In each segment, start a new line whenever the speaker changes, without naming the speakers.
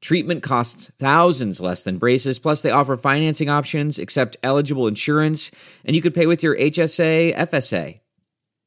Treatment costs thousands less than braces, plus, they offer financing options, accept eligible insurance, and you could pay with your HSA, FSA.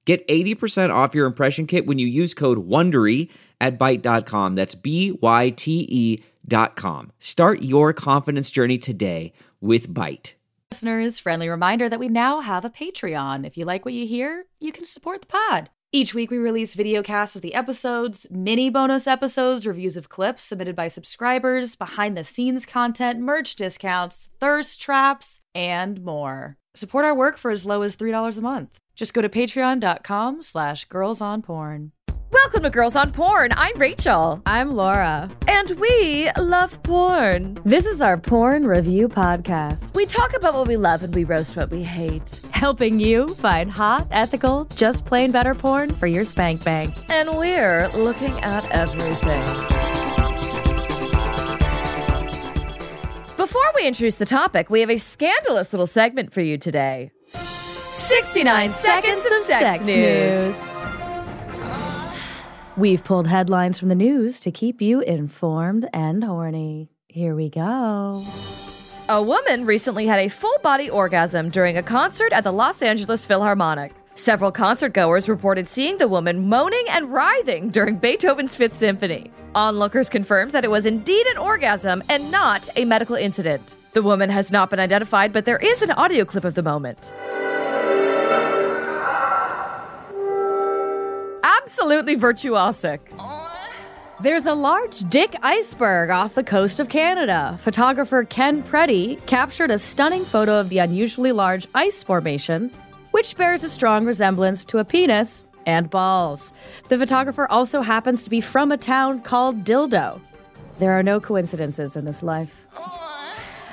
Get 80% off your impression kit when you use code WONDERY at Byte.com. That's B-Y-T-E E dot com. Start your confidence journey today with Byte.
Listeners, friendly reminder that we now have a Patreon. If you like what you hear, you can support the pod. Each week, we release video casts of the episodes, mini bonus episodes, reviews of clips submitted by subscribers, behind the scenes content, merch discounts, thirst traps, and more. Support our work for as low as $3 a month. Just go to patreon.com slash girls on porn.
Welcome to Girls on Porn. I'm Rachel,
I'm Laura.
and we love porn.
This is our porn review podcast,
We talk about what we love and we roast what we hate.
helping you find hot, ethical, just plain better porn for your spank bank.
And we're looking at everything. Before we introduce the topic, we have a scandalous little segment for you today 69 Seconds of Sex, news.
We've pulled headlines from the news to keep you informed and horny. Here we go.
A woman recently had a full body orgasm during a concert at the Los Angeles Philharmonic. Several concert goers reported seeing the woman moaning and writhing during Beethoven's Fifth Symphony. Onlookers confirmed that it was indeed an orgasm and not a medical incident. The woman has not been identified, but there is an audio clip of the moment. Absolutely virtuosic.
There's a large dick iceberg off the coast of Canada. Photographer Ken Pretty captured a stunning photo of the unusually large ice formation, which bears a strong resemblance to a penis and balls. The photographer also happens to be from a town called Dildo. There are no coincidences in this life.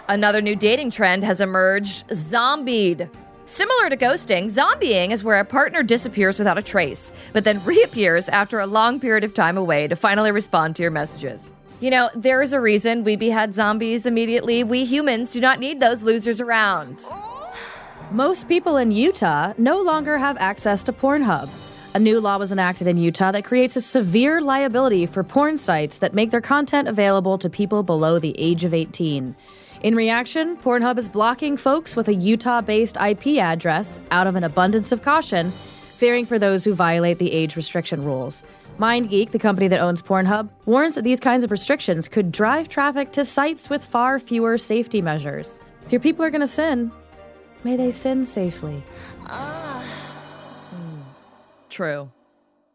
Another new dating trend has emerged zombied. Similar to ghosting, zombieing is where a partner disappears without a trace, but then reappears after a long period of time away to finally respond to your messages. You know, there is a reason we behead zombies immediately. We humans do not need those losers around.
Most people in Utah no longer have access to Pornhub. A new law was enacted in Utah that creates a severe liability for porn sites that make their content available to people below the age of 18. In reaction, Pornhub is blocking folks with a Utah based IP address out of an abundance of caution, fearing for those who violate the age restriction rules. MindGeek, the company that owns Pornhub, warns that these kinds of restrictions could drive traffic to sites with far fewer safety measures. If your people are going to sin, May they sin safely.
True.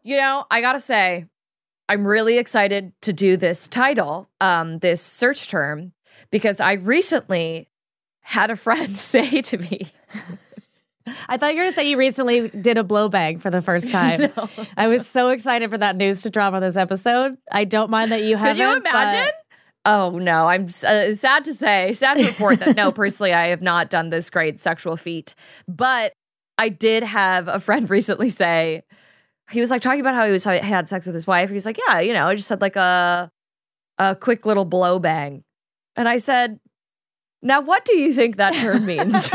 You know, I gotta say, I'm really excited to do this title, um, this search term, because I recently had a friend say to me,
I thought you were going to say you recently did a blow bang for the first time. I was so excited for that news to drop on this episode. I don't mind that you
Could
haven't.
you
but-
imagine? Oh no, I'm s- uh, sad to say, sad to report that no, personally, I have not done this great sexual feat. But I did have a friend recently say he was like talking about how he was how he had sex with his wife. He was like, yeah, you know, I just had like a a quick little blow bang, and I said. Now, what do you think that term means?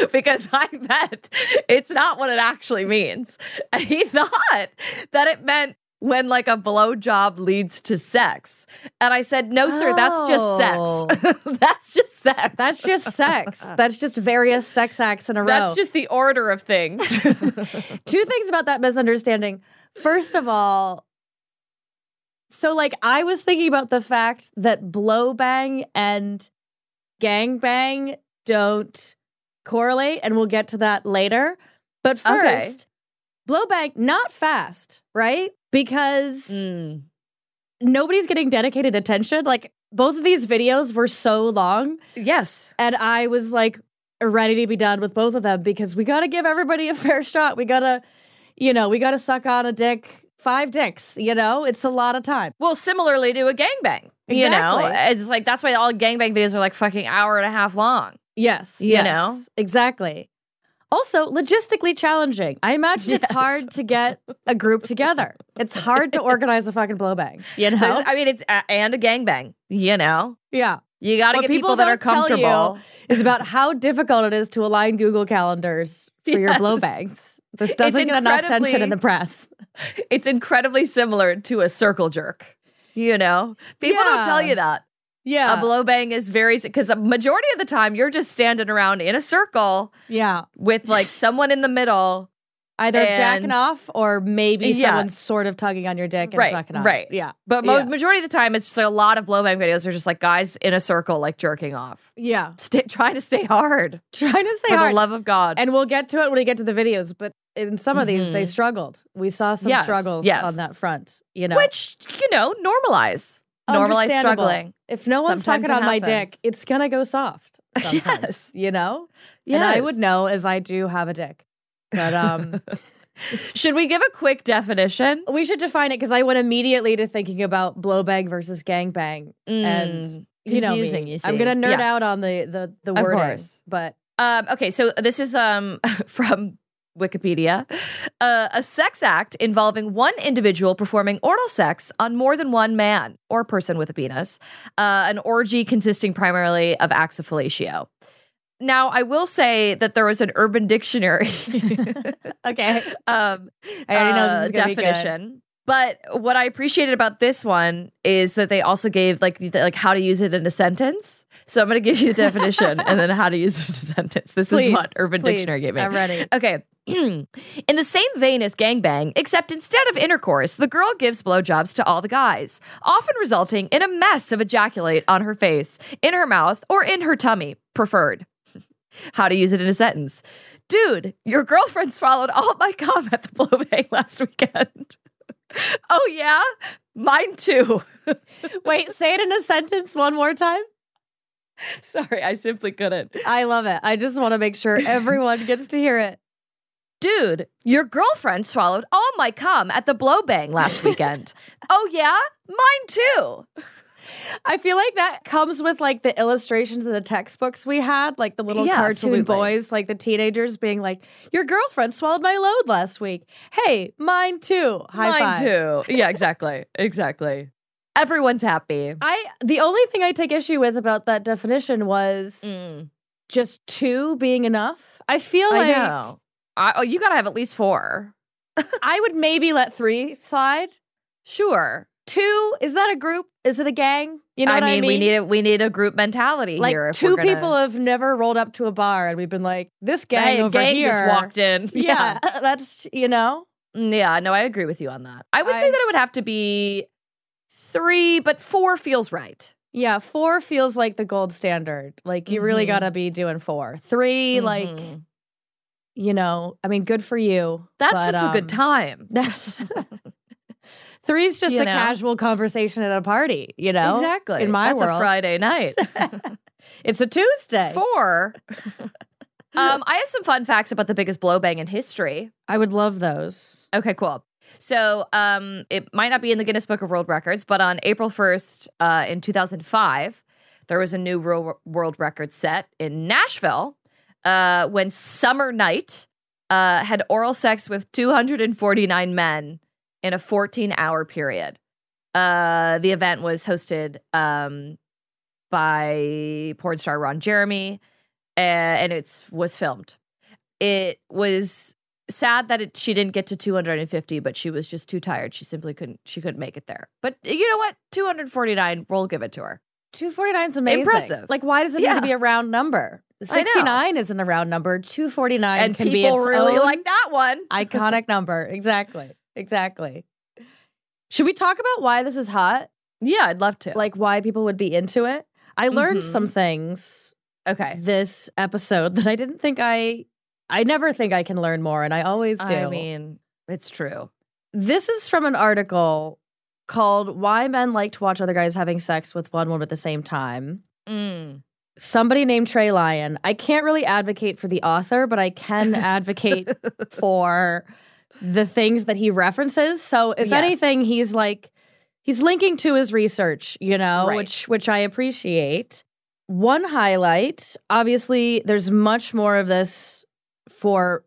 because I bet it's not what it actually means. And he thought that it meant when like a blowjob leads to sex. And I said, no, sir, that's just sex. that's just sex.
Oh. That's just sex. That's just various sex acts in a row.
That's just the order of things.
two things about that misunderstanding. First of all, so like I was thinking about the fact that blow bang and gang bang don't correlate, and we'll get to that later. But
Okay.
first, blow bang not fast, right? Because
Mm.
nobody's getting dedicated attention. Like both of these videos were so long,
Yes.
and I was like ready to be done with both of them because we got to give everybody a fair shot. We got to, you know, we got to suck on a dick, five dicks, you know? It's a lot of time.
Well, similarly to a gangbang. You know,
Exactly.
it's like that's why all gangbang videos are like fucking hour and a half long.
Yes.
You
yes,
know?
Exactly. Also, logistically challenging. I imagine it's
Yes.
hard to get a group together. It's hard to organize a fucking blowbang. You know?
There's- I mean, it's a- and a gangbang. You know,
yeah.
you got to
What
get
people
people, that are
don't tell you
comfortable.
It's about how difficult it is to align Google calendars for your
Yes.
blowbangs. This doesn't
It's
get enough attention in
incredibly-
the press.
It's incredibly similar to a circle jerk. You know, people don't tell
Yeah.
you that.
Yeah.
A blow bang is very because a majority of the time you're just standing around in a circle
yeah.
with like someone in the middle.
Either jacking
And-
off or maybe
Yeah.
someone's sort of tugging on your dick and
Right,
sucking on it.
right.
Yeah.
But mo-
Yeah.
majority of the time, it's just a lot of blow bang videos are just like guys in a circle, like jerking off,
Yeah.
Stay trying to stay hard
Trying to say
for
hard.
the love of God.
and we'll get to it when we get to the videos, but in some of these they struggled. We saw some
Mm-hmm. Yes,
struggles
yes.
on that front, you know.
which you know, normalize, normalize
Understandable.
struggling.
If no one's
Sometimes
sucking on
it
my dick,
happens.
it's gonna go soft. Sometimes,
Yes.
you know.
Yeah,
And I would know as I do have a dick, but um,
Should we give a quick definition?
we should define it because I went immediately to thinking about blowbang versus gangbang, and
Mm,
you know,
confusing,
me.
you
I'm gonna
see.
nerd
Yeah.
out on the the the
Of
wording,
course.
but
Um, okay, so this is um, from Wikipedia. Uh, a sex act involving one individual performing oral sex on more than one man or person with a penis, uh, an orgy consisting primarily of acts of fellatio. Now, I will say that there was an Urban Dictionary
okay,
um,
I already know this is
uh,
gonna be good.
definition. But what I appreciated about this one is that they also gave like the- like how to use it in a sentence. So I'm going to give you the definition and then how to use it in a sentence. This
please,
is what Urban
please,
Dictionary gave me.
I'm ready.
Okay. In the same vein as gangbang, except instead of intercourse, the girl gives blowjobs to all the guys, often resulting in a mess of ejaculate on her face, in her mouth, or in her tummy, preferred. How to use it in a sentence. Dude, your girlfriend swallowed all my cum at the blowbang last weekend. oh, yeah? Mine too.
Wait, say it in a sentence one more time.
Sorry, I simply couldn't.
I love it. I just want to make sure everyone gets to hear it.
Dude, your girlfriend swallowed all my cum at the blowbang last weekend. oh, yeah? Mine too.
I feel like that comes with like the illustrations of the textbooks we had, like the little
Yeah,
cartoon
absolutely.
boys, like the teenagers being like, "Your girlfriend swallowed my load last week. Hey, mine too. High
mine
five."
too. Yeah, exactly. exactly. Everyone's happy.
I the only thing I take issue with about that definition was
Mm,
just two being enough. I feel
I
like
know. I, oh, you got to have at least four.
I would maybe let three slide.
Sure.
Two is that a group? Is it a gang? You know
I,
what
mean,
I mean?
we need a, we need a group mentality
like
here. if
two
we're gonna-
people have never rolled up to a bar and we've been like, "This gang
Hey,
over
gang
here
just walked in. Mm,
Yeah, that's you know.
Yeah, no, I agree with you on that. I would say
I-
that it would have to be three, but four feels right.
Yeah, four feels like the gold standard. Like you really
Mhm.
gotta be doing four. 3 like
Mhm.
you know, I mean, good for you.
that's
but,
just a
um,
good time.
That's three's just
You
a
know?
casual conversation at a party. You know,
exactly.
In my
that's
world.
a Friday night.
it's a Tuesday.
Four. um, I have some fun facts about the biggest blowbang in history.
I would love those.
Okay, cool. So um, it might not be in the Guinness Book of World Records, but on April 1st uh, in 2005, there was a new ro- world record set in Nashville uh, when Summer Night uh, had oral sex with 249 men in a 14 hour period. Uh, the event was hosted um, by porn star Ron Jeremy, uh, and it was filmed. It was sad that it, she didn't get to 250 but she was just too tired she simply couldn't she couldn't make it there but you know what 249 we'll give it to her
Two forty nine is amazing.
Impressive.
Like, why does it need
Yeah.
to be a round number?
I know.
Sixty nine isn't a round number. Two forty nine
and
can be
people
its
really
own
like that one
iconic number. Exactly. Exactly. Should we talk about why this is hot?
yeah i'd love to
like why people would be into it. I learned
Mhm.
some things
okay
this episode that I didn't think I I never think I can learn more and I always do.
i mean it's true
this is from an article called Why Men Like to Watch Other Guys Having Sex with One Woman at the Same Time.
Mm.
Somebody named Trey Lyon. I can't really advocate for the author, but I can advocate for the things that he references. So if
Yes.
anything, he's like he's linking to his research, you know,
Right.
which which I appreciate. One highlight, obviously, there's much more of this for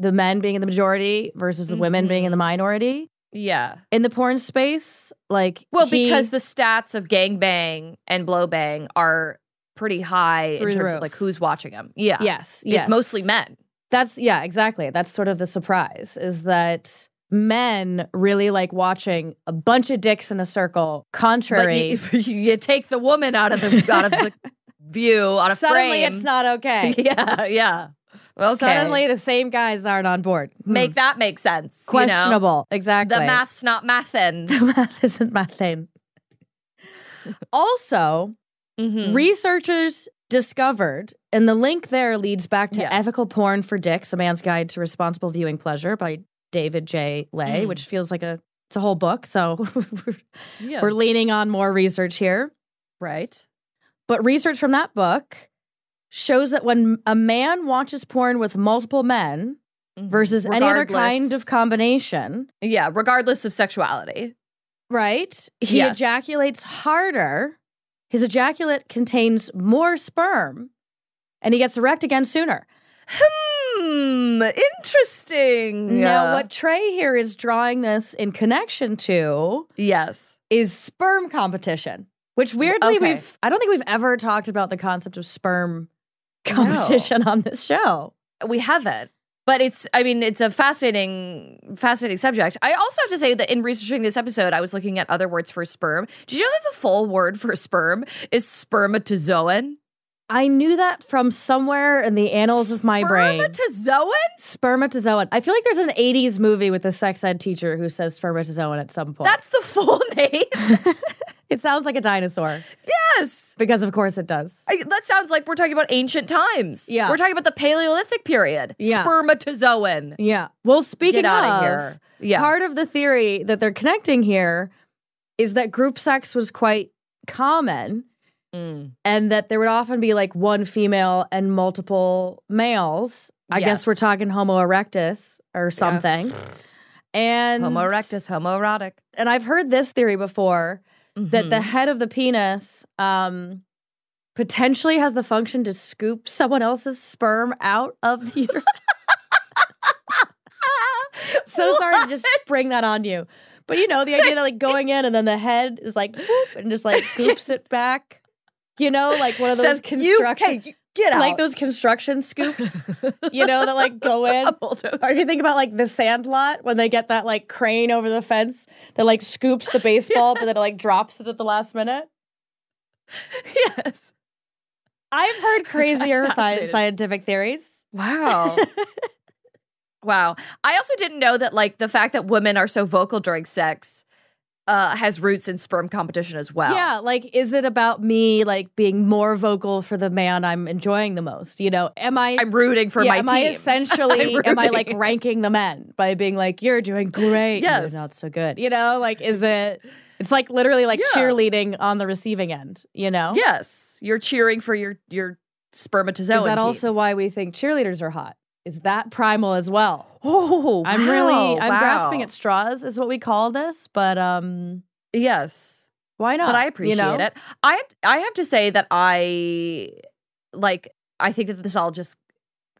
the men being in the majority versus the women
Mm-hmm.
being in the minority
Yeah.
in the porn space. Like,
Well,
he-
because the stats of gangbang and blowbang are pretty high
Through
in
the
terms
roof.
of like who's watching them. Yeah.
yes,
It's
yes,
mostly men.
That's yeah, exactly. That's sort of the surprise is that men really like watching a bunch of dicks in a circle, contrary.
But you, you take the woman out of the out of the view, out of
suddenly,
frame.
it's not okay.
Yeah, yeah. Okay.
Suddenly, the same guys aren't on board. Hmm.
make that make sense. you know?
questionable. Exactly.
The math's not mathin'.
The math isn't my thing. also,
Mhm.
researchers discovered, and the link there leads back to
Yes.
Ethical Porn for Dicks: A Man's Guide to Responsible Viewing Pleasure by David J. Lay,
Mm.
which feels like a it's a whole book. So we're,
yeah.
we're leaning on more research here.
right.
But research from that book shows that when a man watches porn with multiple men versus any other kind of
Regardless-
combination,
Mm-hmm. Yeah, regardless of sexuality.
Right. He
Yes.
ejaculates harder. His ejaculate contains more sperm and he gets erect again sooner.
Hmm, interesting.
Now, what Trey here is drawing this in connection to
Yes.
is sperm competition, which weirdly
Okay.
we've, I don't think we've ever talked about the concept of sperm competition on this show.
we haven't but it's i mean it's a fascinating fascinating subject i also have to say that in researching this episode i was looking at other words for sperm did you know that the full word for sperm is spermatozoan
I knew that from somewhere in the annals of my brain.
spermatozoan
Spermatozoan. I feel like there's an 80s movie with a sex ed teacher who says spermatozoan at some point.
that's the full name
It sounds like a dinosaur
yes
because, of course, it does.
I- that sounds like we're talking about ancient times
Yeah.
we're talking about the paleolithic period
Yeah.
spermatozoan
Yeah. Well, speaking
get out
of,
of here yeah
part of the theory that they're connecting here is that group sex was quite common
Mm.
and that there would often be like one female and multiple males. I guess
Yes.
we're talking Homo erectus or something. And
homo erectus homoerotic Mm-hmm.
And I've heard this theory before that
Hmm.
the head of the penis um, potentially has the function to scoop someone else's sperm out of the uterus. so sorry to just spring that on you. But you know, the idea that like going in and then the head is like whoop and just like goops it back. You know, like one of those
Says, you,
construction
hey, you get out
like those construction scoops, you know, that like go in.
a bulldozer.
Or if you think about like the sandlot when they get that like crane over the fence that like scoops the baseball but then it like drops it at the last minute.
yes.
I've heard crazier fi-
Fascinated.
scientific theories.
Wow. wow. I also didn't know that like the fact that women are so vocal during sex uh, has roots in sperm competition as well.
Yeah, like is it about me like being more vocal for the man I'm enjoying the most? You know, am I
I'm rooting for
yeah,
my
am
team.
I essentially
I'm
am I like
rooting.
ranking the men by being like you're doing great,
Yes.
you're not so good. You know, like is it it's like literally like
Yeah.
cheerleading on the receiving end, you know?
yes, you're cheering for your your spermatozoan.
Is that
team.
also why we think cheerleaders are hot? Is that primal as well?
Oh,
I'm really
wow,
I'm
wow.
grasping at straws is what we call this, but um
Yes.
why not?
but I
you
appreciate
know?
it. I I have to say that I like I think that this all just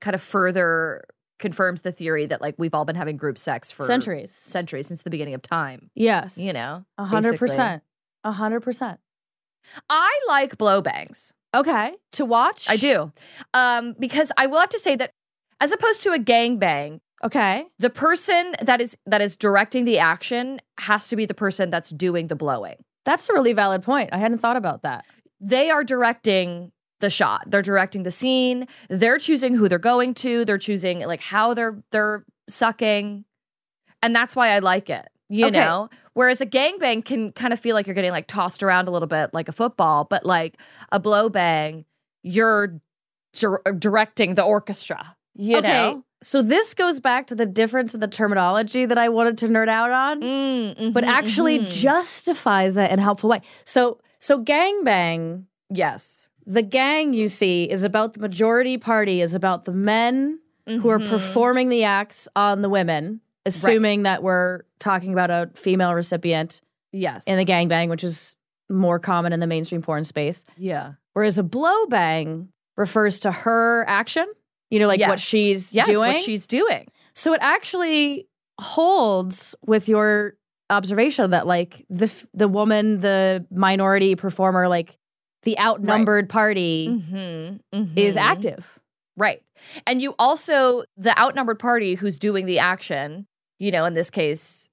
kind of further confirms the theory that like we've all been having group sex for
Centuries.
centuries since the beginning of time.
Yes.
You know,
A hundred
basically.
percent. A hundred percent.
I like blowbangs.
Okay. To watch?
I do, um, because I will have to say that as opposed to a gangbang,
Okay.
the person that is that is directing the action has to be the person that's doing the blowing.
That's a really valid point. I hadn't thought about that.
they are directing the shot. They're directing the scene. They're choosing who they're going to. They're choosing like how they're they're sucking. And that's why I like it. You
Okay.
know? Whereas a gangbang can kind of feel like you're getting like tossed around a little bit like a football, but like a blow bang, you're dir- directing the orchestra. You know?
So this goes back to the difference in the terminology that I wanted to nerd out on,
Mm, mhm,
but actually
mhm.
justifies it in a helpful way. So so gangbang,
yes.
the gang you see is about the majority party, is about the men who are
Mhm.
performing the acts on the women, assuming that we're talking about a female recipient
Yes.
in the gangbang, which is more common in the mainstream porn space.
yeah.
Whereas a blow bang refers to her action, you know, like what
Yes.
she's
yes,
doing.
What she's doing.
so it actually holds with your observation that like the f- the woman, the minority performer, like the outnumbered party is
Mhm.
active.
Right. And you also, the outnumbered party who's doing the action, you know, in this case,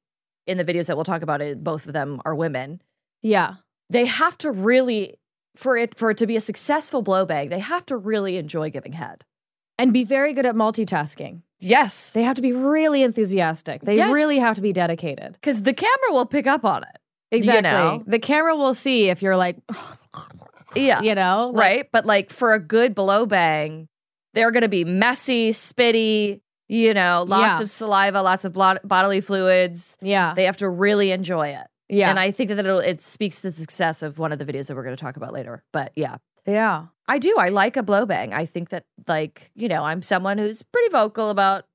in the videos that we'll talk about it, both of them are women.
Yeah.
They have to really, for it for it to be a successful blowbang, they have to really enjoy giving head.
And be very good at multitasking.
Yes.
They have to be really enthusiastic. They
Yes.
really have to be dedicated.
Because the camera will pick up on it.
Exactly.
know.
The camera will see if you're like,
Yeah.
you know, like,
right. But like for a good blowbang, they're going to be messy, spitty, you know, lots
Yeah.
of saliva, lots of blo- bodily fluids.
Yeah.
They have to really enjoy it.
yeah.
And I think that it'll, it speaks to the success of one of the videos that we're going to talk about later. But yeah,
yeah.
I do. I like a blowbang. I think that, like, you know, I'm someone who's pretty vocal about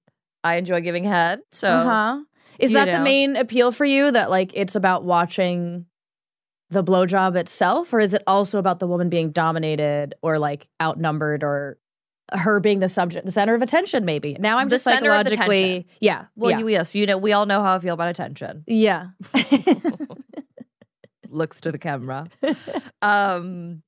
I enjoy giving head. So
Uh huh. Is
you
that the
know.
main appeal for you? That like it's about watching the blowjob itself, or is it also about the woman being dominated or like outnumbered or her being the subject, the center of attention? Maybe now I'm
The
just
center of
psychologically, yeah,
well,
yeah,
you, yes, you know, we all know how I feel about attention.
yeah,
Looks to the camera. um,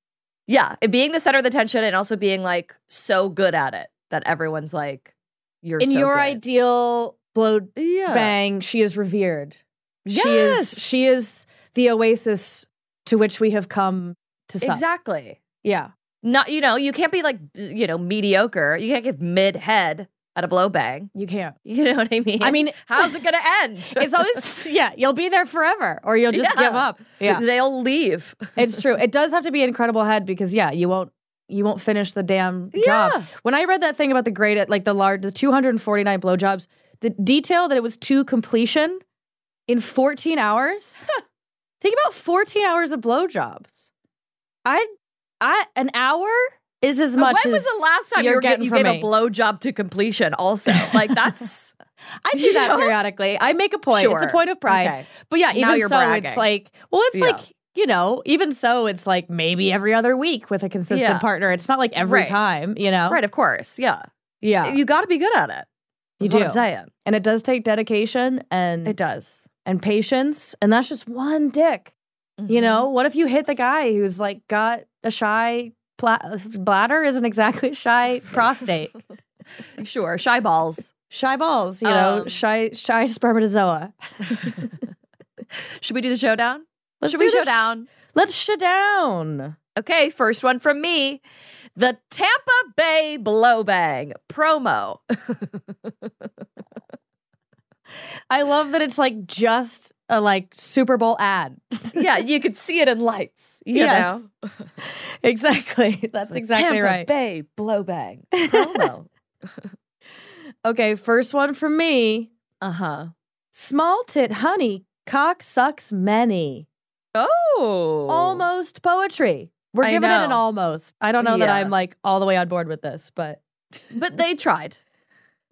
yeah, and being the center of the tension and also being like so good at it that everyone's like, you're
in
so
your
good.
ideal blow
Yeah.
bang, she is revered. She
Yes.
is she is the oasis to which we have come to suck.
Exactly.
Yeah.
not you know you can't be like you know mediocre you can't give mid head at a blow bang
You can't.
you know what i mean
I mean,
how's it gonna end
it's always yeah, you'll be there forever or you'll just
Yeah.
give up. Yeah.
they'll leave
it's true. It does have to be incredible head because yeah, you won't you won't finish the damn
Yeah.
job. When I read that thing about the grade at like the large the 249 blowjobs, the detail that it was to completion in 14 hours. Think about 14 hours of blowjobs. I I an hour is as much
when
as
was the last time
you're
you, were, get-
getting
you
from
gave a
me.
blow job to completion also like that's
I do that
You know?
periodically. I make a point. It's
Sure.
a point of pride.
Okay.
But yeah,
Now
even
you're
so,
bragging.
it's like, well, it's
Yeah.
like, you know, even so, it's like maybe every other week with a consistent
Yeah.
partner. It's not like every
Right.
time, you know?
right of course yeah
Yeah.
you gotta be good at it
You
is what
do. Mm.
i'm saying
and it does take dedication and
it does
and patience. And that's just one dick. You
Mm-hmm.
know, what if you hit the guy who's like got a shy pla- bladder, isn't exactly shy prostate,
Mhm. sure shy balls
shy balls, you know,
Um,
shy, shy spermatozoa.
should we do the showdown
Let's
should
do
we
the sh-
showdown
Let's shut down.
Okay, first one from me. The Tampa Bay Blowbang promo.
I love that it's like just a like Super Bowl ad.
yeah, you could see it in lights. You
Yes.
know?
Exactly. That's exactly
Tampa
right.
Bay Blowbang promo.
Okay, first one from me.
uh huh.
Small tit honey, cock sucks many.
Oh.
Almost poetry. We're
I
giving it an
know.
almost. I don't know that
Yeah.
I'm like all the way on board with this, but
But they tried.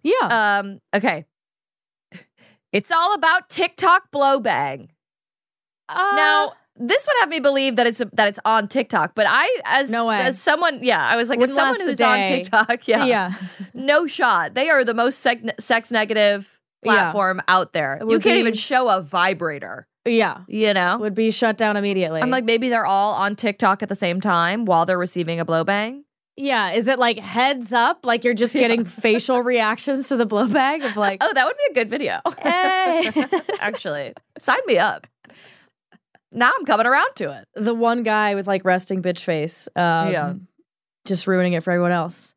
yeah.
Um, okay. It's all about TikTok blowbang.
Uh,
now, this would have me believe that it's that it's on TikTok, but I as
No way.
as someone, yeah, I was like, as
Wouldn't
someone
last a
who's on
day.
TikTok,
yeah.
no shot. They are the most sex, sex negative
Yeah.
platform out there.
It
You
would
can't
be-
even show a vibrator,
Yeah.
you know?
Would be shut down immediately.
I'm like, maybe they're all on TikTok at the same time while they're receiving a blowbang.
yeah. Is it like heads up? Like you're just getting facial reactions to the blowbag of like,
Oh, that would be a good video.
hey.
Actually, sign me up. Now I'm coming around to it.
the one guy with like resting bitch face. Um,
Yeah.
Just ruining it for everyone else.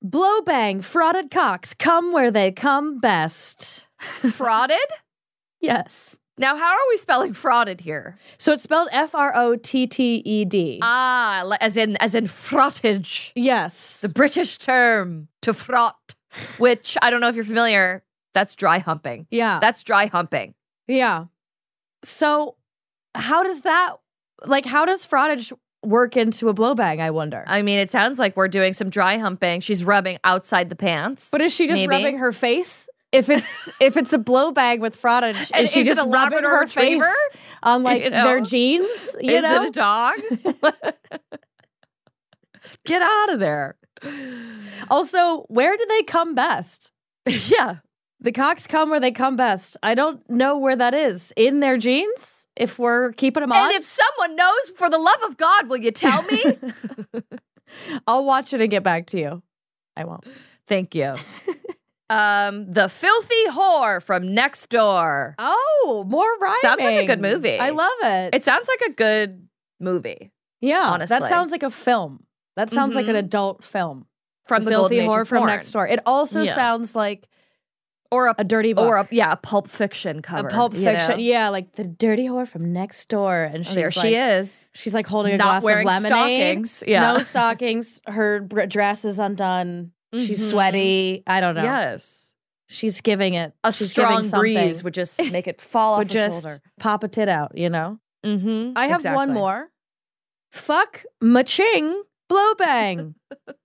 Blow bang, frauded cocks come where they come best.
Frauded?
Yes.
Now, how are we spelling frauded here?
So it's spelled F R O T T E D.
Ah, le- as in as in frottage,
Yes.
the British term to frot, which I don't know if you're familiar. That's dry humping.
yeah.
That's dry humping.
yeah. So how does that, like, how does fraudage work into a blow bang, I wonder?
I mean, it sounds like we're doing some dry humping. She's rubbing outside the pants.
but is she just
maybe.
rubbing her face? if it's if it's a blow bag with fraud, on- is
And
she
is it
just
a
rubbing
Labrador
her face
retriever?
on like
You know?
their jeans? You
is
know,
it a dog? Get out of there.
Also, where do they come best?
yeah.
The cocks come where they come best. I don't know where that is. In their jeans, if we're keeping them on,
And if someone knows, for the love of God, will you tell me?
I'll watch it and get back to you. I won't.
Thank you. Um, the filthy whore from next door.
Oh, more rhyming.
Sounds like a good movie.
I love it.
It sounds like a good movie
yeah.
honestly.
that sounds like a film. That sounds like an
Mhm.
adult film.
from the,
filthy
Golden Age
horror
of
Mm-hmm. from
porn.
next door. It also
Yeah.
sounds like
or a,
a dirty book.
or a, yeah, a Pulp Fiction cover.
a Pulp
you know?
Fiction. Yeah, like the dirty whore from next door, and she's
there
like,
she is.
She's like holding a
Not
glass
wearing
of lemonade.
stockings. Yeah.
No stockings. Her br- dress is undone. She's
Mhm.
sweaty. I don't know.
Yes,
She's giving it
a
she's giving
strong
something.
breeze would just make it fall off
Would
her
just
shoulder.
pop a tit out, you know?
Mm-hmm.
I have one more. Fuck maching blow bang.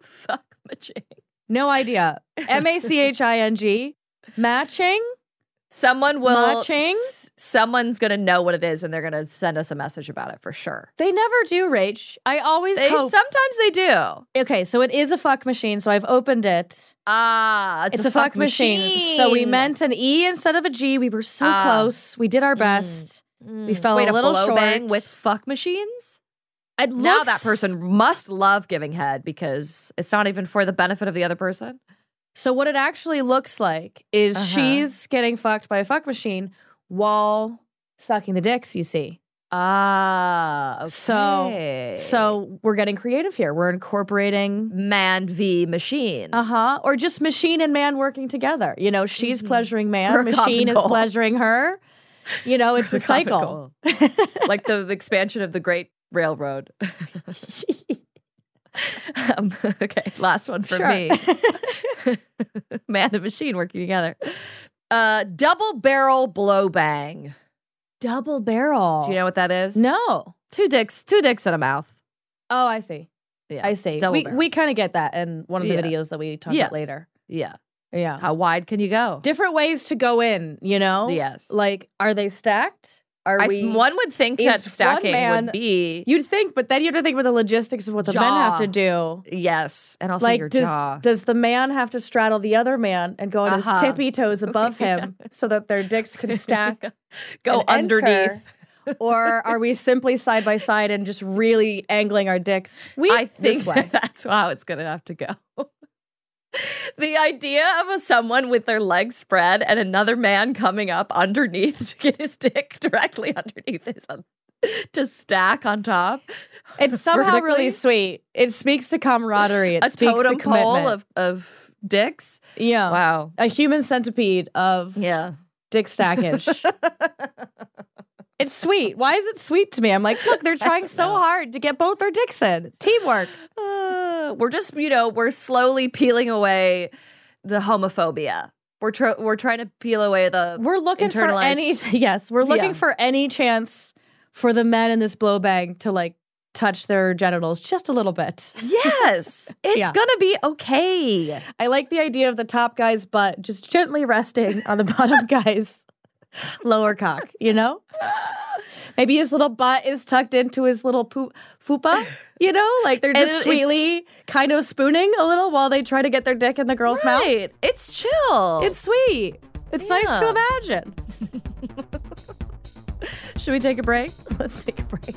Fuck matching.
no idea. M A C H I N G. Matching?
Someone will.
Matching?
s- someone's gonna know what it is, and they're gonna send us a message about it for sure.
They never do, Rach. I always
They,
hope.
sometimes they do.
okay, so it is a fuck machine, so I've opened it.
Ah, it's,
It's, a, fuck, machine. So we meant an E instead of a G. We were so
Ah.
close. We did our best. We fell
Wait,
a little
blow
short.
bang with fuck machines.
it
Now
looks
that person must love giving head because it's not even for the benefit of the other person.
So what it actually looks like is
Uh-huh.
she's getting fucked by a fuck machine while sucking the dicks. You see.
Ah, okay.
So-
Mm.
So we're getting creative here. We're incorporating.
man v machine.
Uh huh. Or just machine and man working together. You know, she's pleasuring man,
Mm-hmm. For a common
machine is
goal.
pleasuring her. You know, it's a cycle.
Comical. like the, the expansion of the Great Railroad. um, okay, last one for
Sure.
me. man and machine working together. Uh, double barrel blow bang.
Double barrel.
Do you know what that is?
No.
two dicks, two dicks in a mouth.
Oh, I see.
Yeah,
I see.
Double
we
barrel.
we kind of get that in one of the
Yeah.
videos that we talk
Yes.
about later.
yeah.
Yeah.
How wide can you go?
Different ways to go in, you know?
Yes.
Like, are they stacked? Are
I,
we.
one would think that
is one
stacking
man-
would be
you'd think, but then you have to think about the logistics of what the men have to do.
yes, and also your
Like,
jaw.
does, does the man have to straddle the other man and go on
Uh-huh.
his tippy toes above
Yeah.
him so that their dicks can stack?
go
and enter?
underneath.
or are we simply side by side and just really angling our dicks? We
I think
this way.
that's how it's going to have to go. the idea of a, someone with their legs spread and another man coming up underneath to get his dick directly underneath his un- to stack on top.
It's somehow really
vertically.
sweet. It speaks to camaraderie. It
a
speaks
totem
to commitment. Oh.
pole of, of dicks.
yeah.
Wow.
a human centipede of
Yeah.
dick stackage. it's sweet. Why is it sweet to me? I'm like, look, they're trying so hard to get both their dicks in. Teamwork.
Uh, we're just, you know, we're slowly peeling away the homophobia. We're tr- we're trying to peel away the
We're looking for
Internalized.
any yes, we're looking
Yeah.
for any chance for the men in this blow bag to like touch their genitals just a little bit.
Yes, it's
Yeah.
gonna be okay.
I like the idea of the top guy's butt just gently resting on the bottom guy's lower cock, you know? Maybe his little butt is tucked into his little poo- fupa, you know? Like they're just
It's-
sweetly kind of spooning a little while they try to get their dick in the girl's mouth.
Right. It's chill.
It's sweet. It's nice to
Yeah.
imagine.
should we take a break?
Let's take a break.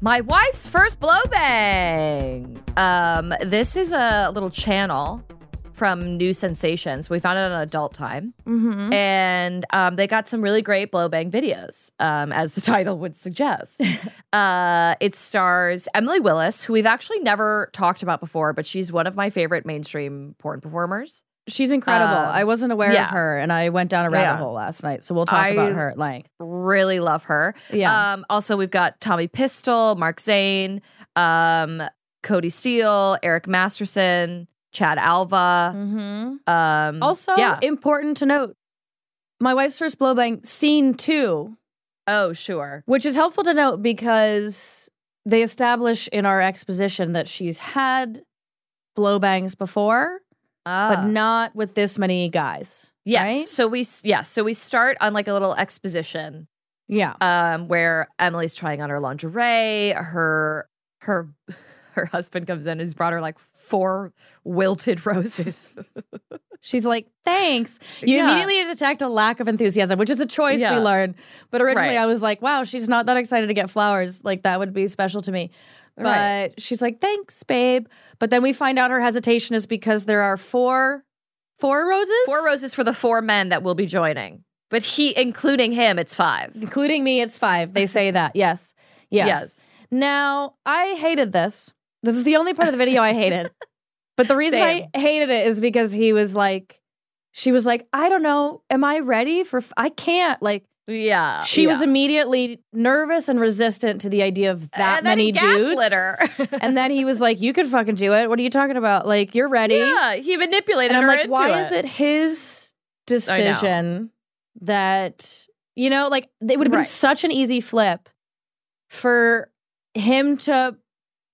My wife's first blow bang. Um, this is a little channel from New Sensations. We found it on Adult Time,
Mm-hmm.
and um, they got some really great blow bang videos, um, as the title would suggest. uh, it stars Emily Willis, who we've actually never talked about before, but she's one of my favorite mainstream porn performers.
She's incredible.
Um,
I wasn't aware
yeah.
of her, and I went down a rabbit
Yeah.
hole last night. So we'll talk
I-
about her at length.
Really love her.
Yeah.
Um, also, we've got Tommy Pistol, Mark Zane, um, Cody Steele, Eric Masterson, Chad Alva.
mm-hmm.
Um,
Also,
yeah.
important to note, my wife's first blow bang scene two,
oh, sure.
which is helpful to note because they establish in our exposition that she's had blow bangs before,
Ah.
but not with this many guys.
Yes.
right?
So we s- yeah. So we start on like a little exposition
Yeah.
um, where Emily's trying on her lingerie. Her her her husband comes in. He's brought her like four wilted roses.
She's like, thanks. You
Yeah.
immediately detect a lack of enthusiasm, which is a choice
Yeah.
we learn. But originally
Right.
I was like, wow, she's not that excited to get flowers. Like, that would be special to me. But
Right.
she's like, thanks, babe. But then we find out her hesitation is because there are four, four roses?
four roses for the four men that will be joining. But he, including him, it's five.
Including me, it's five. They say that. Yes. Yes. Now, I hated this. This is the only part of the video I hated. But the reason
Same.
I hated it is because he was like, she was like, I don't know. Am I ready for, f- I can't. Like,
Yeah.
she was
Uh, yeah.
immediately nervous and resistant to the idea of that
and
many
then he
dudes.
gaslit her.
and then he was like, "You could fucking do it. What are you talking about? Like you're ready."
yeah, he manipulated
and I'm
her
like,
into
"Why
it.
is it his decision that you know? Like it would have been
Right.
such an easy flip for him to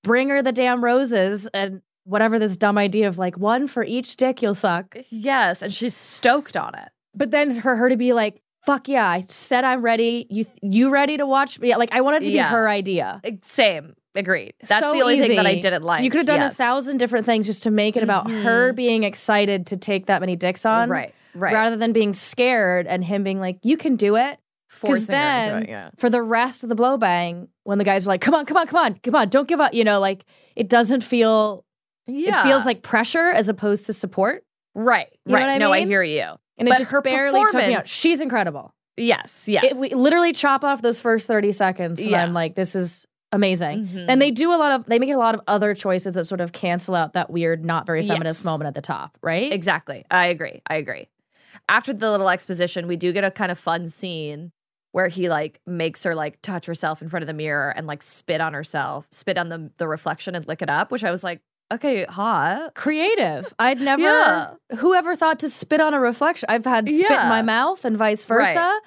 bring her the damn roses and." Whatever this dumb idea of like one for each dick you'll suck.
Yes, and she's stoked on it.
but then for her to be like fuck yeah i said i'm ready you you ready to watch me like i wanted it to
Yeah.
be her idea
Ig- Same, agreed. That's
So
the only thing that I
easy.
didn't like.
you could have done a
Yes.
thousand different things just to make it about her
Mhm.
being excited to take that many dicks on
right, right.
rather than being scared and him being like you can do it
Forcing her
then-
into it. Yeah.
for the rest of the blow bang when the guys are like come on come on come on come on don't give up you know like it doesn't feel
yeah,
it feels like pressure as opposed to support
right, right.
You know what I
No, I
mean?
hear you.
and
But
it just
her
barely took me out
performance-
she's incredible
Yes, yes.
it, we literally chop off those first 30 seconds and
Yeah.
i'm like this is amazing
Mhm.
and they do a lot of they make a lot of other choices that sort of cancel out that weird not very feminist
Yes.
moment at the top right
Exactly. I agree. I agree. After the little exposition, we do get a kind of fun scene where he like makes her like touch herself in front of the mirror and like spit on herself, spit on the the reflection and lick it up, which I was like, okay, hot.
creative i'd never
Yeah.
whoever thought to spit on a reflection i've had spit in
Yeah.
my mouth and vice versa
Right.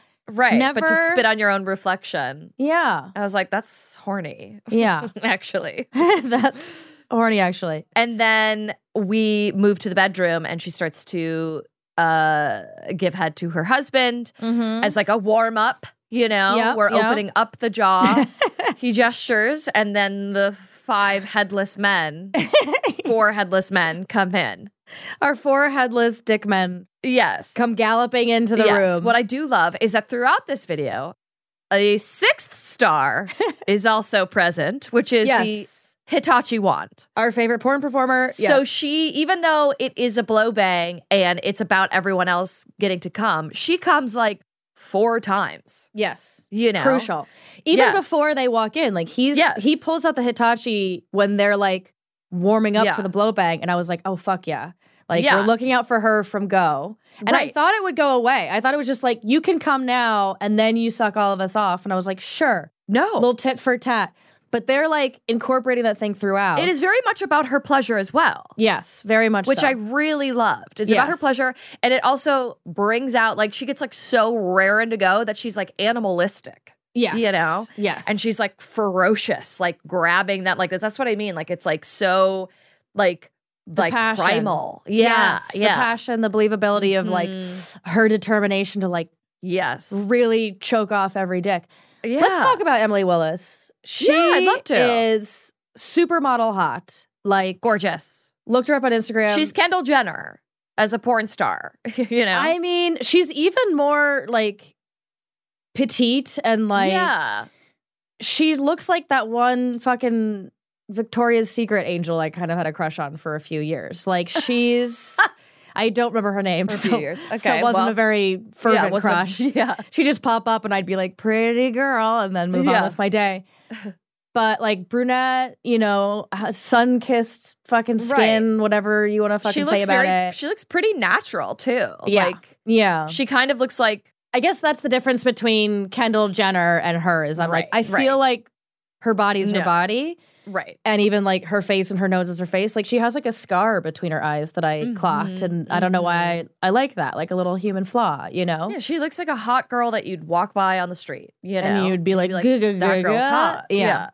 Right. But to
Never-
spit on your own reflection.
yeah
I was like, that's horny,
yeah
actually.
that's horny actually
And then we move to the bedroom and she starts to uh, give head to her husband
Mm-hmm.
as like a warm up. You know,
Yep,
we're
yep.
opening up the jaw. he gestures, and then the five headless men, four headless men, come in.
Our four headless dick men
Yes,
come galloping into the
yes.
room.
What I do love is that throughout this video, a sixth star is also present, which is
yes.
the Hitachi wand.
Our favorite porn performer.
So
yes.
she, even though it is a blow bang and it's about everyone else getting to come, she comes like four times.
yes.
You know,
Crucial. Even
Yes.
before they walk in, like he's
Yes.
he pulls out the Hitachi when they're like warming up
Yeah.
for the blow bang. And I was like, oh fuck yeah. Like
Yeah.
we're looking out for her from go. And I
Right.
thought it would go away. I thought it was just like, you can come now and then you suck all of us off. And I was like, sure.
No,
Little tit for tat. But they're like incorporating that thing throughout.
it is very much about her pleasure as well.
Yes, very much
Which
so.
I really loved. It's about her
Yes.
pleasure. And it also brings out, like, she gets like so rare and to go that she's like animalistic.
Yes.
you know?
Yes.
And she's like ferocious, like grabbing that. Like, that's what I mean. Like, it's like so, like, like
passion.
primal. Yeah.
Yes, The
yeah.
passion, the believability of like
Mhm.
her determination to like
yes.
really choke off every dick.
Yeah.
Let's talk about Emily Willis. She
Yeah, I'd love to.
is supermodel hot. Like
gorgeous.
looked her up on Instagram.
She's Kendall Jenner as a porn star. you know,
I mean, she's even more like petite and like
yeah,
she looks like that one fucking Victoria's Secret angel I kind of had a crush on for a few years. Like she's I don't remember her name.
for a
so,
few years. Okay,
so it wasn't
well,
a very fervent
yeah, wasn't a-
crush.
yeah,
She'd just pop up and I'd be like, pretty girl, and then move on
Yeah.
with my day. But like brunette, you know, sun kissed fucking skin, whatever you want to fucking
she
say
looks
about
very.
it.
She looks pretty natural too.
Yeah.
Like
yeah.
she kind of looks like
I guess that's the difference between Kendall Jenner and her is I'm like, I
Right,
feel like her body's her
No.
body.
right.
and even like her face and her nose is her face. Like she has like a scar between her eyes that I
Mhm,
clocked, and I don't know why
mm-hmm.
I, I like that, like a little human flaw, you know.
Yeah, she looks like a hot girl that you'd walk by on the street. You know,
and you'd be like,
that
"Guh, guh, guh,
girl's
guh."
hot. Yeah.
yeah,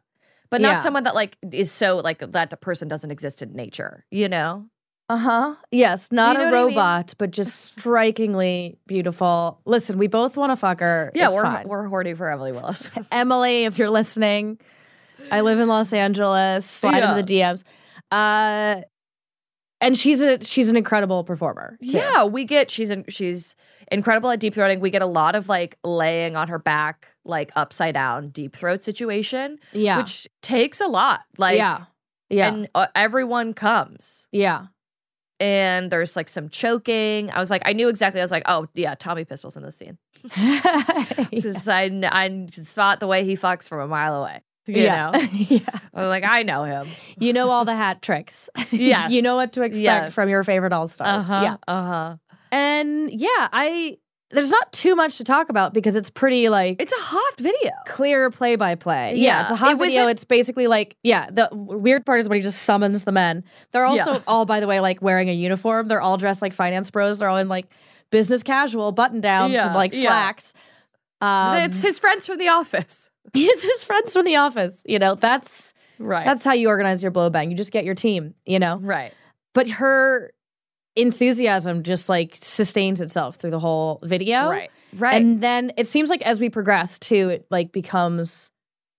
But not
Yeah.
someone that like is so like that the person doesn't exist in nature, you know?
uh huh, yes, not
know
a
what I mean?
robot, but just strikingly beautiful. Listen, we both want to fuck her.
Yeah,
It's
we're
fine.
we're horny for Emily Willis.
Emily, if you're listening, I live in Los Angeles. Slide
Yeah.
into the DMs. Uh, and she's a she's an incredible performer. too.
Yeah, we get she's in, she's incredible at deep throating. We get a lot of like laying on her back, like upside down deep throat situation,
yeah,
which takes a lot. Like,
yeah, yeah,
and uh, everyone comes,
yeah.
and there's like some choking. I was like, I knew exactly. I was like, oh yeah, Tommy Pistols in this scene because I kn- I can spot the way he fucks from a mile away. You
yeah.
know,
yeah.
I was like, I know him.
You know all the hat tricks.
Yes.
you know what to expect
Yes.
from your favorite all stars. Yeah.
uh huh.
And yeah, I there's not too much to talk about because it's pretty like
It's a hot video.
clear play by play. Yeah,
Yeah.
it's a hot
It was
video.
a-
it's basically like yeah. The w- weird part is when he just summons the men. They're
Yeah.
also all by the way like wearing a uniform. They're all dressed like finance bros. They're all in like business casual button downs
Yeah,
and like
yeah.
slacks. Um,
it's his friends from The Office,
it's his friends from the office. You know that's
right?
That's how you organize your blow bang. You just get your team, you know?
right.
But her enthusiasm just like sustains itself through the whole video.
Right. Right.
And then it seems like as we progress too, it like becomes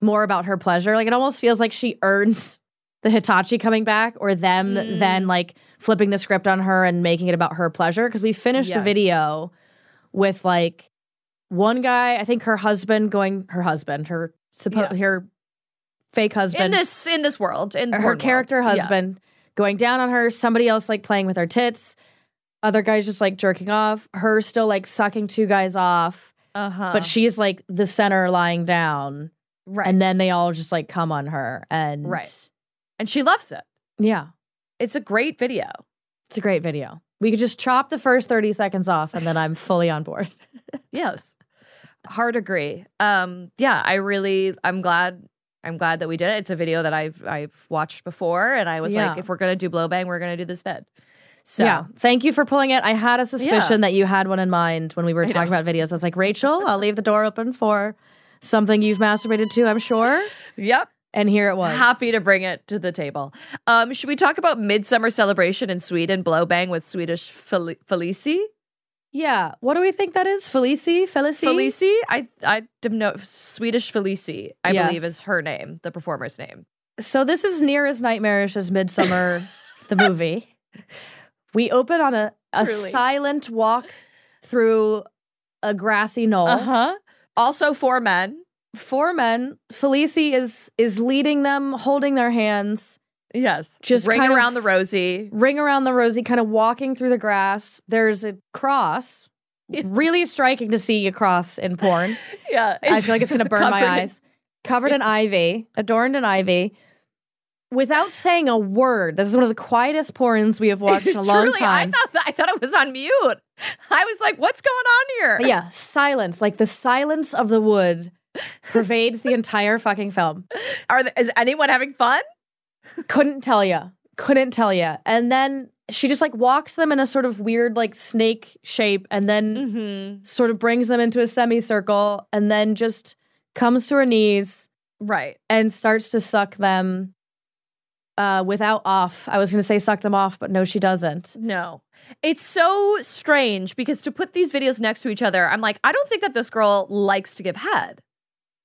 more about her pleasure. Like it almost feels like she earns the Hitachi coming back or them
Mm.
then like flipping the script on her and making it about her pleasure. Cause we finished the
Yes.
video with like one guy, I think her husband going, her husband, her, suppo-
Yeah.
her fake husband.
in this in this world in
Or
porn
her
world.
character
Yeah.
husband going down on her, somebody else like playing with her tits, other guys just like jerking off, her still like sucking two guys off,
Uh-huh.
but she's like the center lying down.
right
And then they all just like come on her. And
Right. and she loves it
yeah,
it's a great video
it's a great video. We could just chop the first 30 seconds off and then I'm fully on board.
yes hard agree um yeah i really i'm glad i'm glad that we did it it's a video that i've i've watched before and i was
Yeah.
like if we're gonna do blow bang we're gonna do this bed so
Yeah. Thank you for pulling it. I had a suspicion that you had one in mind when we were
know.
talking about videos. I was like, Rachel, I'll leave the door open for something you've masturbated to, I'm sure.
yep
And here it was.
happy to bring it to the table um should we talk about midsummer celebration in sweden blow bang with swedish Fel- felici
Yeah. What do we think that is? Felici? Felici?
Felici, I I don't know Swedish Felici, I
Yes.
believe is her name, the performer's name.
So this is near as nightmarish as Midsummer, the movie. We open on a, a
Truly.
silent walk through a grassy knoll.
huh. Uh-huh. Also four men.
Four men. Felici is is leading them, holding their hands,
Yes,
Just
ring
kind of-
around the rosy.
ring around the rosy, kind of walking through the grass. There's a cross. really striking to see a cross in porn.
Yeah,
I feel like it's going to burn
covered in-
my eyes. Covered in ivy, adorned in ivy, without saying a word. This is one of the quietest porns we have watched in a long
Truly,
time.
I thought that, I thought it was on mute. I was like, "What's going on here?"
yeah, silence. Like the silence of the wood pervades the entire fucking film.
Are the, is anyone having fun?
Couldn't tell ya. Couldn't tell ya. And then she just like walks them in a sort of weird like snake shape, and then
Mm-hmm.
sort of brings them into a semicircle, and then just comes to her knees
Right.
and starts to suck them uh, without off. I was going to say suck them off, but no, she doesn't.
No. It's so strange because to put these videos next to each other, I'm like, I don't think that this girl likes to give head.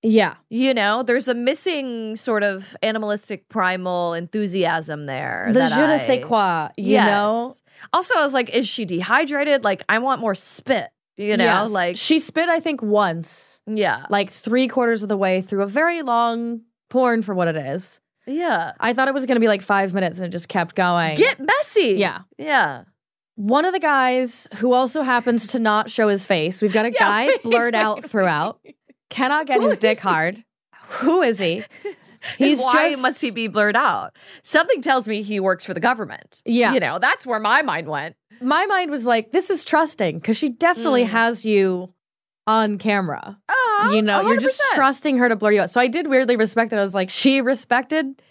Yeah.
You know, there's a missing sort of animalistic primal enthusiasm there.
The
that
je ne sais
I-
quoi, you
Yes.
know?
Also, I was like, is she dehydrated? Like, I want more spit. You know,
Yes.
like,
she spit, I think, once,
yeah,
like three quarters of the way through a very long porn for what it is.
yeah.
I thought it was going to be like five minutes and it just kept going.
Get messy.
Yeah.
Yeah.
One of the guys who also happens to not show his face, we've got a
Yeah,
guy
wait,
blurred
wait,
out
wait.
throughout, cannot get
Who
his
is
dick
he?
hard. Who is he? He's
why
just-
must he be blurred out? Something tells me he works for the government.
Yeah.
You know, that's where my mind went.
my mind was like, this is trusting because she definitely
Mm.
has you on camera.
Uh-huh,
you know, you're just
100%.
trusting her to blur you out. So I did weirdly respect that. I was like, she respected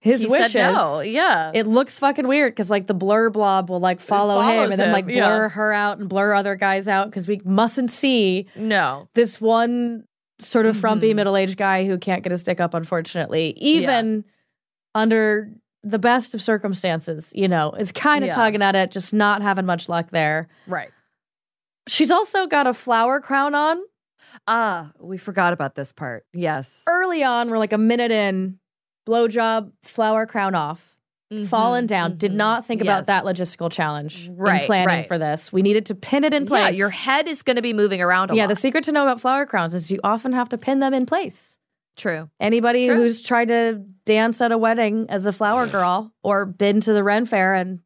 his
He
wishes.
Said no. Yeah.
It looks fucking weird because like the blur blob will like follow him
follows
and then
him,
like blur
yeah.
her out and blur other guys out because we mustn't see
no.
this one sort of frumpy
Mhm.
middle aged guy who can't get his dick up, unfortunately, even under the best of circumstances, you know, is kind of
Yeah.
tugging at it, just not having much luck there.
Right.
She's also got a flower crown on.
Ah, we forgot about this part. Yes.
Early on, we're like a minute in, blowjob, flower crown off,
Mm-hmm,
fallen down. Did not think about that logistical challenge in
Right,
planning
right.
for this. We needed to pin it in place.
Yeah, your head is going to be moving around a
Yeah,
lot.
the secret to know about flower crowns is you often have to pin them in place.
true.
Anybody
True.
who's tried to dance at a wedding as a flower girl or been to the Ren Fair and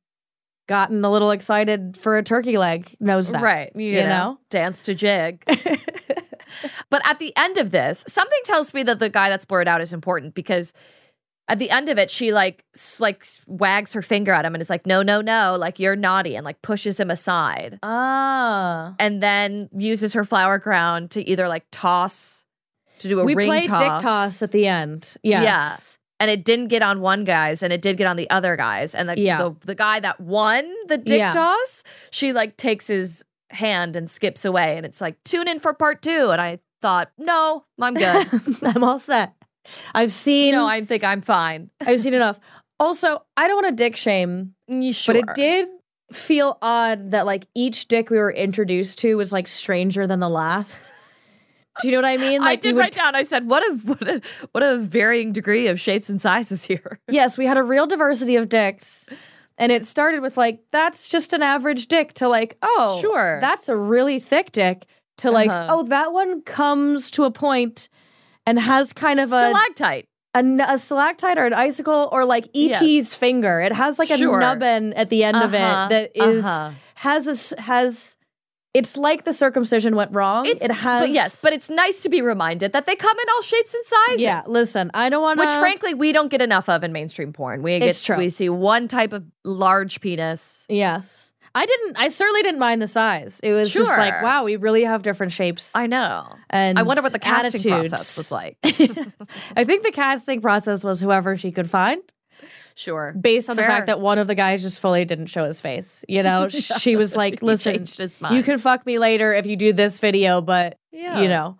gotten a little excited for a turkey leg knows that.
Right. You,
you
know,
know?
dance to jig. but at the end of this, something tells me that the guy that's blurred out is important because at the end of it, she like s- like s- wags her finger at him and is like, "No, no, no! Like you're naughty," and like pushes him aside,
Ah.
and then uses her flower crown to either like toss to do a
we
ring
played
toss.
dick toss at the end. Yes.
and it didn't get on one guy's and it did get on the other guy's and the
Yeah.
the, the guy that won the dick
Yeah.
toss she like takes his hand and skips away and it's like tune in for part two and i thought no i'm good
I'm all set. I've seen
no
I-
i think i'm fine
have seen enough. Also, I don't want to dick shame,
You sure.
but it did feel odd that like each dick we were introduced to was like stranger than the last. Do you know what I mean? Like
i
you
did
would
write down i said what a what a what a varying degree of shapes and sizes here
yes, we had a real diversity of dicks. And it started with like, that's just an average dick to like, oh,
Sure.
That's a really thick dick to like,
Uh-huh.
oh, that one comes to a point and has kind of a,
stalactite
a, n- a stalactite or an icicle or like ET's
Yes.
finger. It has like a
Sure.
nubbin at the end of it
Uh-huh,
that is-
uh-huh.
has a s has, it's like the circumcision went wrong.
it's
it has,
but yes but it's nice to be reminded that they come in all shapes and sizes
yeah, listen, I don't want to.
Which, frankly, we don't get enough of in mainstream porn. We get
It's true.
we see one type of large penis.
Yes. I didn't I certainly didn't mind the size. It was just like,
Sure.
wow, we really have different shapes.
I know.
and
I wonder what the casting
attitudes.
process was like.
I think the casting process was whoever she could find
Sure,
based on
Fair.
the fact that one of the guys just fully didn't show his face. You know, she was like,
He
listen,
changed his mind.
you can fuck me later if you do this video, but
yeah.
you know.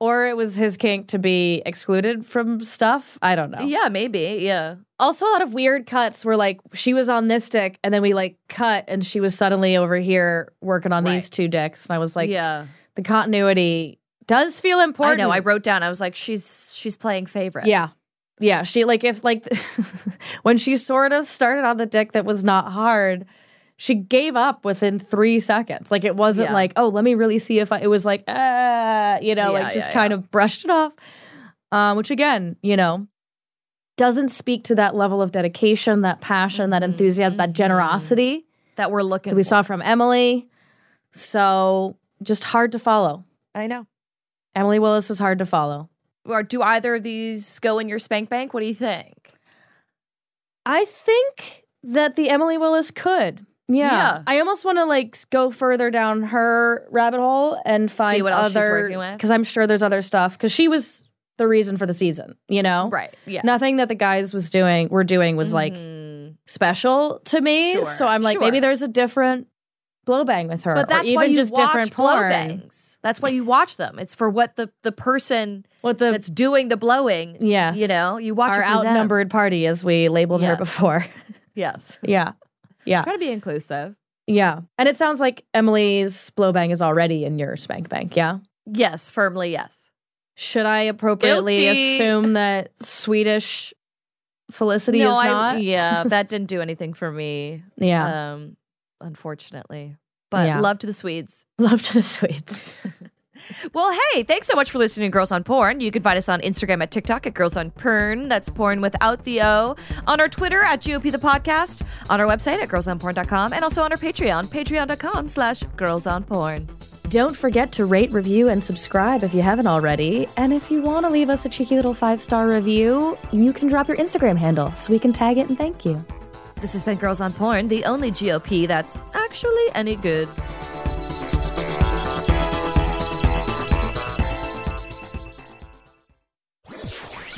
Or it was his kink to be excluded from stuff. I don't know.
Yeah, maybe. Yeah.
Also, a lot of weird cuts where like she was on this dick and then we like cut and she was suddenly over here working on these
Right.
two dicks. And I was like,
yeah.
the continuity does feel important.
I know. I wrote down. I was like, she's she's playing favorites.
Yeah. Yeah, she like if like when she sort of started on the dick that was not hard, she gave up within three seconds. Like it wasn't
Yeah.
like, oh, let me really see if I. It was like, uh, you know,
Yeah,
like just
yeah,
kind
yeah.
of brushed it off. Um, which again, you know, doesn't speak to that level of dedication, that passion, that
Mm-hmm,
enthusiasm, that generosity
that we're looking.
that we
for.
saw from Emily. So just hard to follow.
I know.
Emily Willis is hard to follow.
Or do either of these go in your spank bank? What do you think?
I think that the Emily Willis could. Yeah.
Yeah.
I almost want to like go further down her rabbit hole and find
what else she's
other,
working with.
Because I'm sure there's other stuff. Because she was the reason for the season, you know?
Right. Yeah.
Nothing that the guys was doing were doing was like
Mhm.
special to me.
Sure,
So I'm like, maybe
sure.
there's a different blowbang with her.
But
or
that's
even
why you
just
watch
different
blow
porn.
bangs. That's why you watch them. It's for what the the person
What the
that's doing the blowing.
Yes.
You know, you watch
our
it for them.
outnumbered party as we labeled her
Yeah.
before.
Yes.
yeah. Yeah.
Try to be inclusive.
Yeah. And it sounds like Emily's blow bang is already in your spank bank. Yeah.
Yes. Firmly. Yes.
Should I appropriately
Guilty.
assume that Swedish Felicity
no,
is
I,
not?
yeah, that didn't do anything for me.
Yeah.
Um, unfortunately. But
Yeah.
love to the Swedes.
Love to the Swedes.
Well, hey, thanks so much for listening to Girls on Porn. You can find us on Instagram at TikTok at Girls on Porn. That's porn without the O. On our Twitter at GOP the podcast. On our website at girlsonporn.com. And also on our Patreon, patreon.com slash girls on porn.
Don't forget to rate, review, and subscribe if you haven't already. And if you want to leave us a cheeky little five star review, you can drop your Instagram handle so we can tag it and thank you.
This has been Girls on Porn, the only GOP that's actually any good.